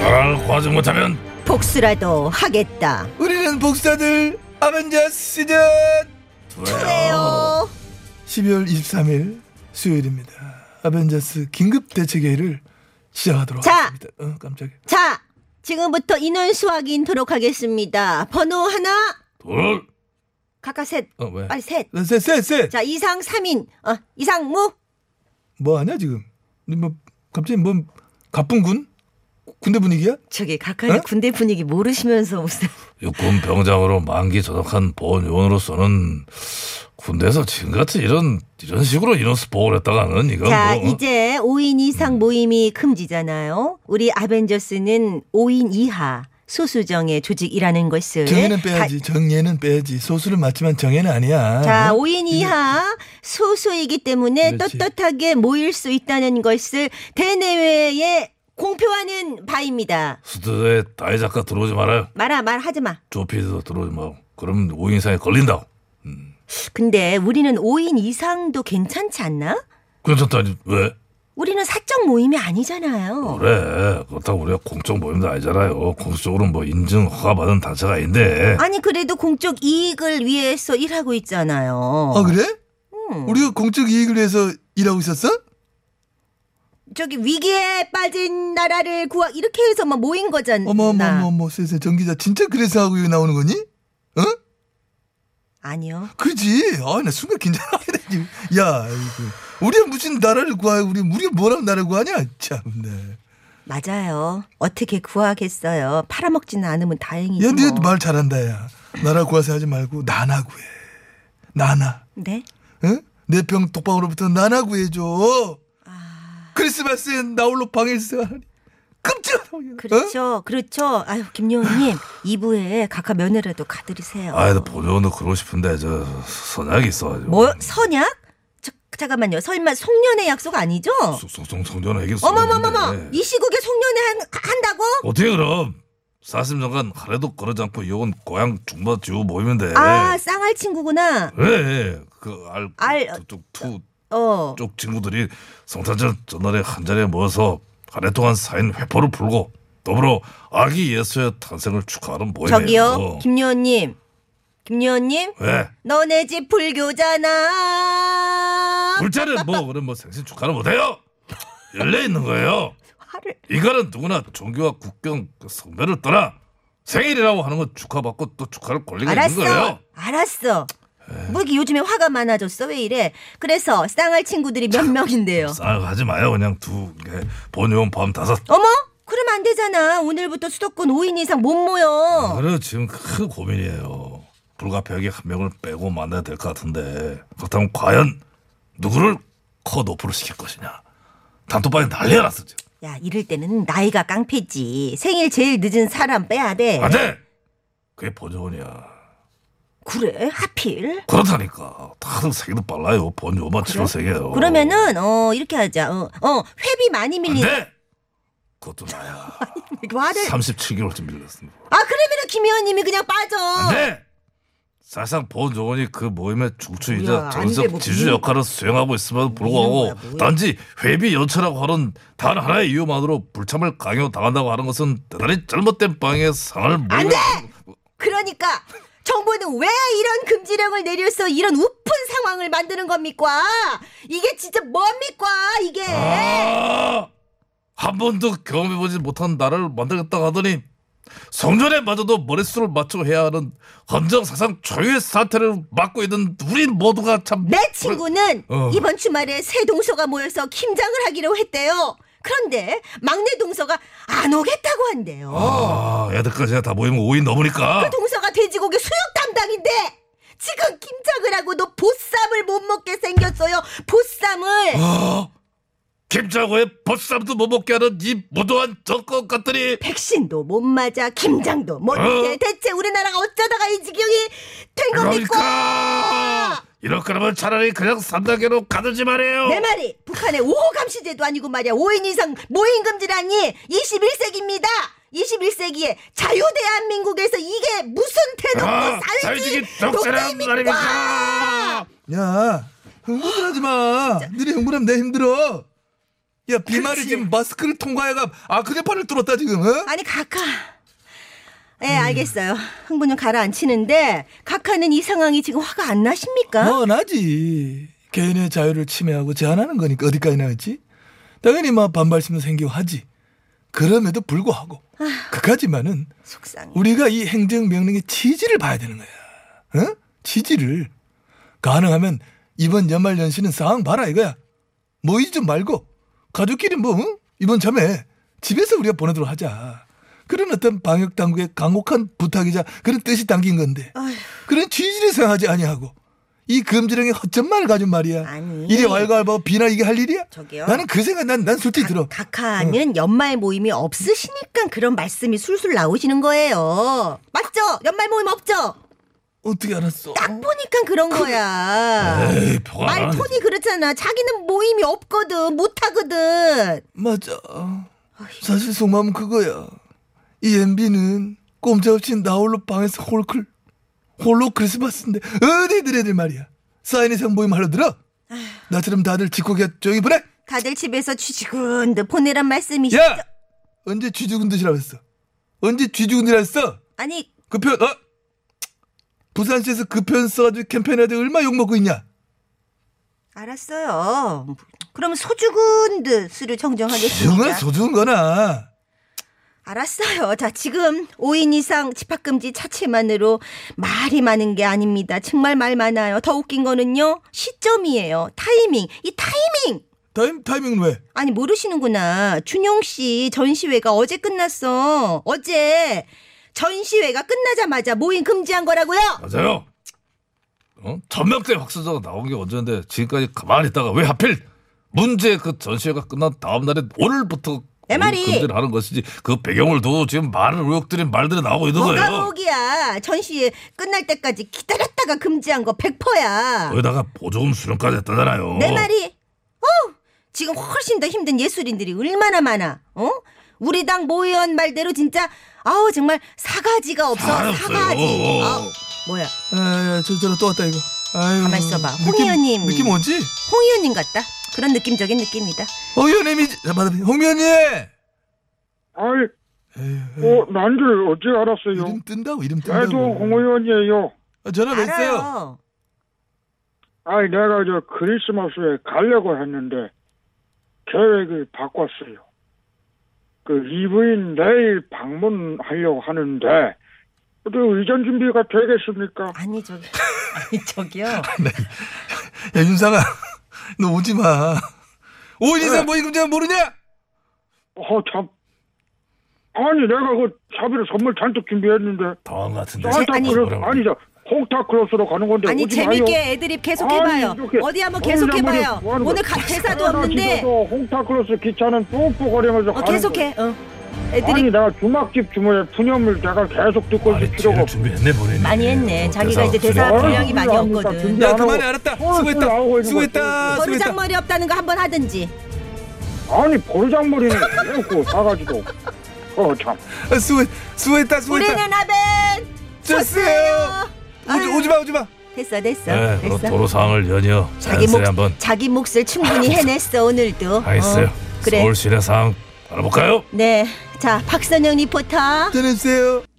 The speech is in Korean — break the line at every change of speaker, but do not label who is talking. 나라를 구하지 아, 못하면
복수라도 하겠다.
우리는 복사들 아벤져스 시즌
그래요.
12월 23일 수요일입니다. 아벤져스 긴급 대책회의를 시작하도록
자.
하겠습니다. 어, 깜짝이야.
자, 지금부터 인원 수확이 인도록 하겠습니다. 번호 하나,
둘
각각 셋,
어, 왜?
빨리 셋.
셋, 셋, 셋.
자, 이상 3인, 어, 이상 무.
뭐 하냐 지금? 근데 뭐 갑자기 뭔 가뿐군? 군대 분위기야?
저기 각하님
어?
군대 분위기 모르시면서 무슨
육군 병장으로 만기 전역한 보원 요원으로서는 군대에서 지금같이 이런 이런 식으로 인원수 보호를 했다가는 이건
자
뭐
이제 5인 이상 모임이 금지잖아요 우리 아벤져스는 5인 이하 소수정의 조직이라는 것을
정예는 빼야지. 정예는 빼야지. 소수를 맞지만 정예는 아니야.
자,
어?
5인 이하 소수이기 때문에
그렇지.
떳떳하게 모일 수 있다는 것을 대내외에 공표하는 바입니다.
수도에 다이 작가 들어오지 말아요.
말아 말하지 마.
조피디도 들어오지 마요. 그럼 5인 이상에 걸린다고.
근데 우리는 5인 이상도 괜찮지 않나?
괜찮다니 왜?
우리는 사적 모임이
어,
아니잖아요.
그래 그렇다고 우리가 공적 모임도 아니잖아요. 공식적으로 뭐 인증 허가받은 단체가 아닌데
아니 그래도 공적 이익을 위해서 일하고 있잖아요.
아 그래? 우리가 공적 이익을 위해서 일하고 있었어?
저기 위기에 빠진 나라를 구하 이렇게 해서 막 모인 거잖아.
어머 어머 어머 어머 세세 정기자 진짜 그래서 하고 이거 나오는 거니? 어?
아니요.
그지? 아나 순간 긴장하게 되지. 야 이거 우리가 무슨 나라를 구하야 우리 우리가 뭐라고 나라를 구하냐? 참네.
맞아요. 어떻게 구하겠어요. 팔아먹지는 뭐. 않으면 다행이죠.
야 니 말 잘한다 야. 나라 구하세 하지 말고 나나 구해. 나나.
네.
내병 독방으로부터 나나 구해줘.
아.
크리스마스엔 나 홀로 방에서 하니 끔찍하다. 어?
그렇죠. 그렇죠. 아유, 김여원님. 2부에 각하 며느라도 가드리세요.
아이 나 뭐, 본요원도 그러고 싶은데 저 선약이 있어가지고
뭐, 선약? 저, 잠깐만요. 설마 송년회 약속 아니죠?
송송 송전을 해결
어머머머머. 이 시국에 송년회 한, 한다고?
어떻게 그럼 40년간 하루도 걸어지 않고 이건 고향 중바 지우 모임인데
아, 쌍알 친구구나.
왜? 그알
알-
쪽쪽
어.
친구들이 성탄절 전날에 한 자리에 모여서 한 해 동안 쌓인 회포를 풀고 더불어 아기 예수의 탄생을 축하하는 모임이에요. 어.
저기요. 김여원님. 김여원님.
왜?
너네 집 불교잖아.
불자는 뭐 그럼 뭐 생신 축하를 못해요? 열려 있는 거예요.
화를.
이거는 누구나 종교와 국경 그 성별을 떠나 생일이라고 하는 건 축하받고 또 축하를 권리가 있는
알았어.
거예요. 네.
알았어. 뭐 이렇게 요즘에 화가 많아졌어? 왜 이래? 그래서 쌍알 친구들이 몇 명인데요?
싸가지 마요 그냥 두 개. 본요원 밤 다섯.
어머? 그럼 안 되잖아. 오늘부터 수도권 5인 이상 못 모여.
그래 지금 큰 고민이에요. 불가피하게 한 명을 빼고 만나야 될 것 같은데 그렇다면 과연 누구를 컷오프로 시킬 것이냐. 단톡방에 난리가 났어 지금.
야, 이럴 때는 나이가 깡패지. 생일 제일 늦은 사람 빼야 돼.
안돼. 그게 본요원이야.
그래, 하필.
그렇다니까 다들 세기도 빨라요. 본요원만 치료 세게요.
그러면은 어 이렇게 하자. 어, 어 회비 많이 밀린.
안돼. 그것도 나야.
화를.
37개월쯤 밀렸습니다.
네. 아 그러면은 김 의원님이 그냥 빠져.
안돼. 네. 사실상 본 조원이 그 모임의
뭐야,
중추이자
안
정적
돼, 뭐
지주
무슨-
역할을 수행하고 있음에도 불구하고
이런 거야, 뭐야.
단지 회비 연체라고 하는 단 하나의 이유만으로 불참을 강요당한다고 하는 것은 대단히 잘못된 방의 상을 모르
안 돼! 그러니까 정부는 왜 이런 금지령을 내려서 이런 우픈 상황을 만드는 겁니까? 이게 진짜 뭡니까? 이게.
아! 한 번도 경험해보지 못한 나라를 만들겠다고 하더니 성전에 마저도 머릿수를 맞추고 해야 하는 헌정 사상 초유의 사태를 맡고 있는 우리 모두가 참
내 친구는
어.
이번 주말에 새 동서가 모여서 김장을 하기로 했대요. 그런데 막내 동서가 안 오겠다고 한대요.
아, 애들까지 다 모이면 5인 넘으니까
동서가 돼지고기 수육 담당인데 지금 김장을 하고도 보쌈을 못 먹게 생겼어요. 보쌈을.
아, 김장호의 보쌈도 못 먹게 하는 이 무도한 정권 같더니
백신도 못 맞아 김장도 못해
어?
대체 우리나라가 어쩌다가 이 지경이 된 겁니까?
그러니까 이렇게 하면 차라리 그냥 3단계로 가든지 말이에요
내 말이 북한의 5호 감시제도 아니고 말이야 5인 이상 모임금지라니 21세기입니다 21세기에 자유대한민국에서 이게 무슨 대놓고 사회주의
아, 사회주의
독재란
독재란
말입니까
말입니까?
야, 흥분을 하지 마. 너희 흥분하면 내 힘들어. 야, 비말이
그렇지.
지금 마스크를 통과해가 아크제판을 뚫었다 지금. 어?
아니 각하 예 알겠어요 흥분 좀 가라앉히는데 각하는 이 상황이 지금 화가 안 나십니까?
어, 나지. 개인의 자유를 침해하고 제한하는 거니까 어디까지 나였지? 당연히 막 반발심도 생기고 하지. 그럼에도 불구하고
아.
그까지만은
속상해
우리가 이 행정명령의 취지를 봐야 되는 거야. 어? 취지를 가능하면 이번 연말 연시는 상황 봐라 이거야. 모이지 좀 말고 가족끼리 뭐 응? 이번 참에 집에서 우리가 보내도록 하자. 그런 어떤 방역 당국의 강력한 부탁이자 그런 뜻이 담긴 건데
아휴.
그런 취지를 생각하지 아니하고 이 금지령의 허점만을 가진 말이야.
아니.
이리 왈가왈부하고 비나 이게 할 일이야?
저기요.
나는 그 생각 난 난 솔직히 들어.
각하는 연말 모임이 없으시니까 그런 말씀이 술술 나오시는 거예요 맞죠? 연말 모임 없죠?
어떻게 알았어?
딱 보니까 그런 거야
에이, 병아.
말 톤이 그렇잖아 자기는 모임이 없거든 못하거든
맞아. 사실 속마음은 그거야. 이 엠비는 꼼짝없이 나홀로 방에서 홀클 홀로 크리스마스인데 어디들 애들 말이야. 사인 이상 모임 하러 들어. 나처럼 다들 집콕이야 조용히 보내.
다들 집에서 쥐죽은 듯 보내란 말씀이시죠?
야 언제 쥐죽은 듯이라고 했어. 언제 쥐죽은 듯이라고 했어.
아니
그 편 어? 부산시에서 그 편 써가지고 캠페인할 때 얼마 욕 먹고 있냐.
알았어요 그럼 소죽은 듯 수를
정말
정정하겠습니다
소중한 거나.
알았어요. 자, 지금 5인 이상 집합금지 차체만으로 말이 많은 게 아닙니다. 정말 말 많아요. 더 웃긴 거는요, 시점이에요. 타이밍. 이 타이밍!
타임 타이밍은 왜?
아니, 모르시는구나. 준용 씨 전시회가 어제 끝났어. 어제 전시회가 끝나자마자 모임 금지한 거라고요?
맞아요 어? 전명대 박수자가 나온 게 언제인데 지금까지 가만히 있다가 왜 하필 문제 그 전시회가 끝난 다음 날에 오늘부터
내 말이.
모임 금지를 하는 것이지 그 배경을 두고 지금 많은 의혹들이 말들이 나오고 있는
뭐가
거예요
목이야. 전시회 끝날 때까지 기다렸다가 금지한 거 100%야.
거기다가 보조금 수령까지 했다잖아요
내 말이 어 지금 훨씬 더 힘든 예술인들이 얼마나 많아 어 우리 당 모의원 말대로 진짜 아우 정말 사가지가 없어
사가지 없어요.
사가지
어, 어.
아우, 뭐야
아, 저 전화 또 왔다 이거. 아유.
가만 있어봐. 홍
느낌-
의원님.
느낌 오지?
홍 의원님 같다 그런 느낌적인 느낌이다
홍 의원님이 자, 받아 홍 의원님
아이, 어, 난줄 어찌 알았어요?
이름 뜬다고 이름 뜬다고.
나도
뭐.
홍 의원이에요.
아, 전화 받으세요.
알아요
아이, 내가 저 크리스마스에 가려고 했는데, 계획을 바꿨어요. 그, 이브인 내일 방문하려고 하는데, 어떻게 의전 준비가 되겠습니까?
아니 저기 아니 저기요
야 윤상아 너 오지 마. 오인 이상 모임 금지 모르냐?
어, 참. 아니, 내가 그 차비를 선물 잔뜩 준비했는데,
당황 같은데
산타
아니.
크로스, 아니죠. 홍타 크로스로 가는 건데,
아니
네, 오지 마요.
재밌게 애드립 계속
아니,
해봐요
이렇게
어디 한번
어느
계속
장면에
해봐요
뭐 하는
오늘
거야?
가, 대사도
태어나
없는데
지금도 홍타크로스 기차는 뽀뽀거리면서
어,
가는 거야.
계속해 어 애드립
아니 내가 주막집 주문에 푸념을 내가 계속 듣고 있을
아니
필요가
제일
없어
준비했네 보네
많이 했네 자기가 이제
대사
대사
없어요.
분량이 많이
아니, 그러니까
없거든
준비
야
안 하고
그만해 알았다.
어, 또
수고했다.
나오고 있는
수고했다.
거지.
수고했다.
버르장머리 없다는 거 한번 하든지
아니 버르장머리는 왜 없고 사가지고 어참
아, 수고 수고했다 수고했다.
우리는 아벤
좋았어요. 오지, 오지 마 오지 마.
됐어 됐어
네, 그럼
됐어
도로 상황을 연이어
자기 목
자연스레 한번 아,
자기 몫을 충분히 해냈어 오늘도
알겠어요.
어, 그래
서울 시내 상황 알아볼까요?
네자 박선영 리포터
전해주세요.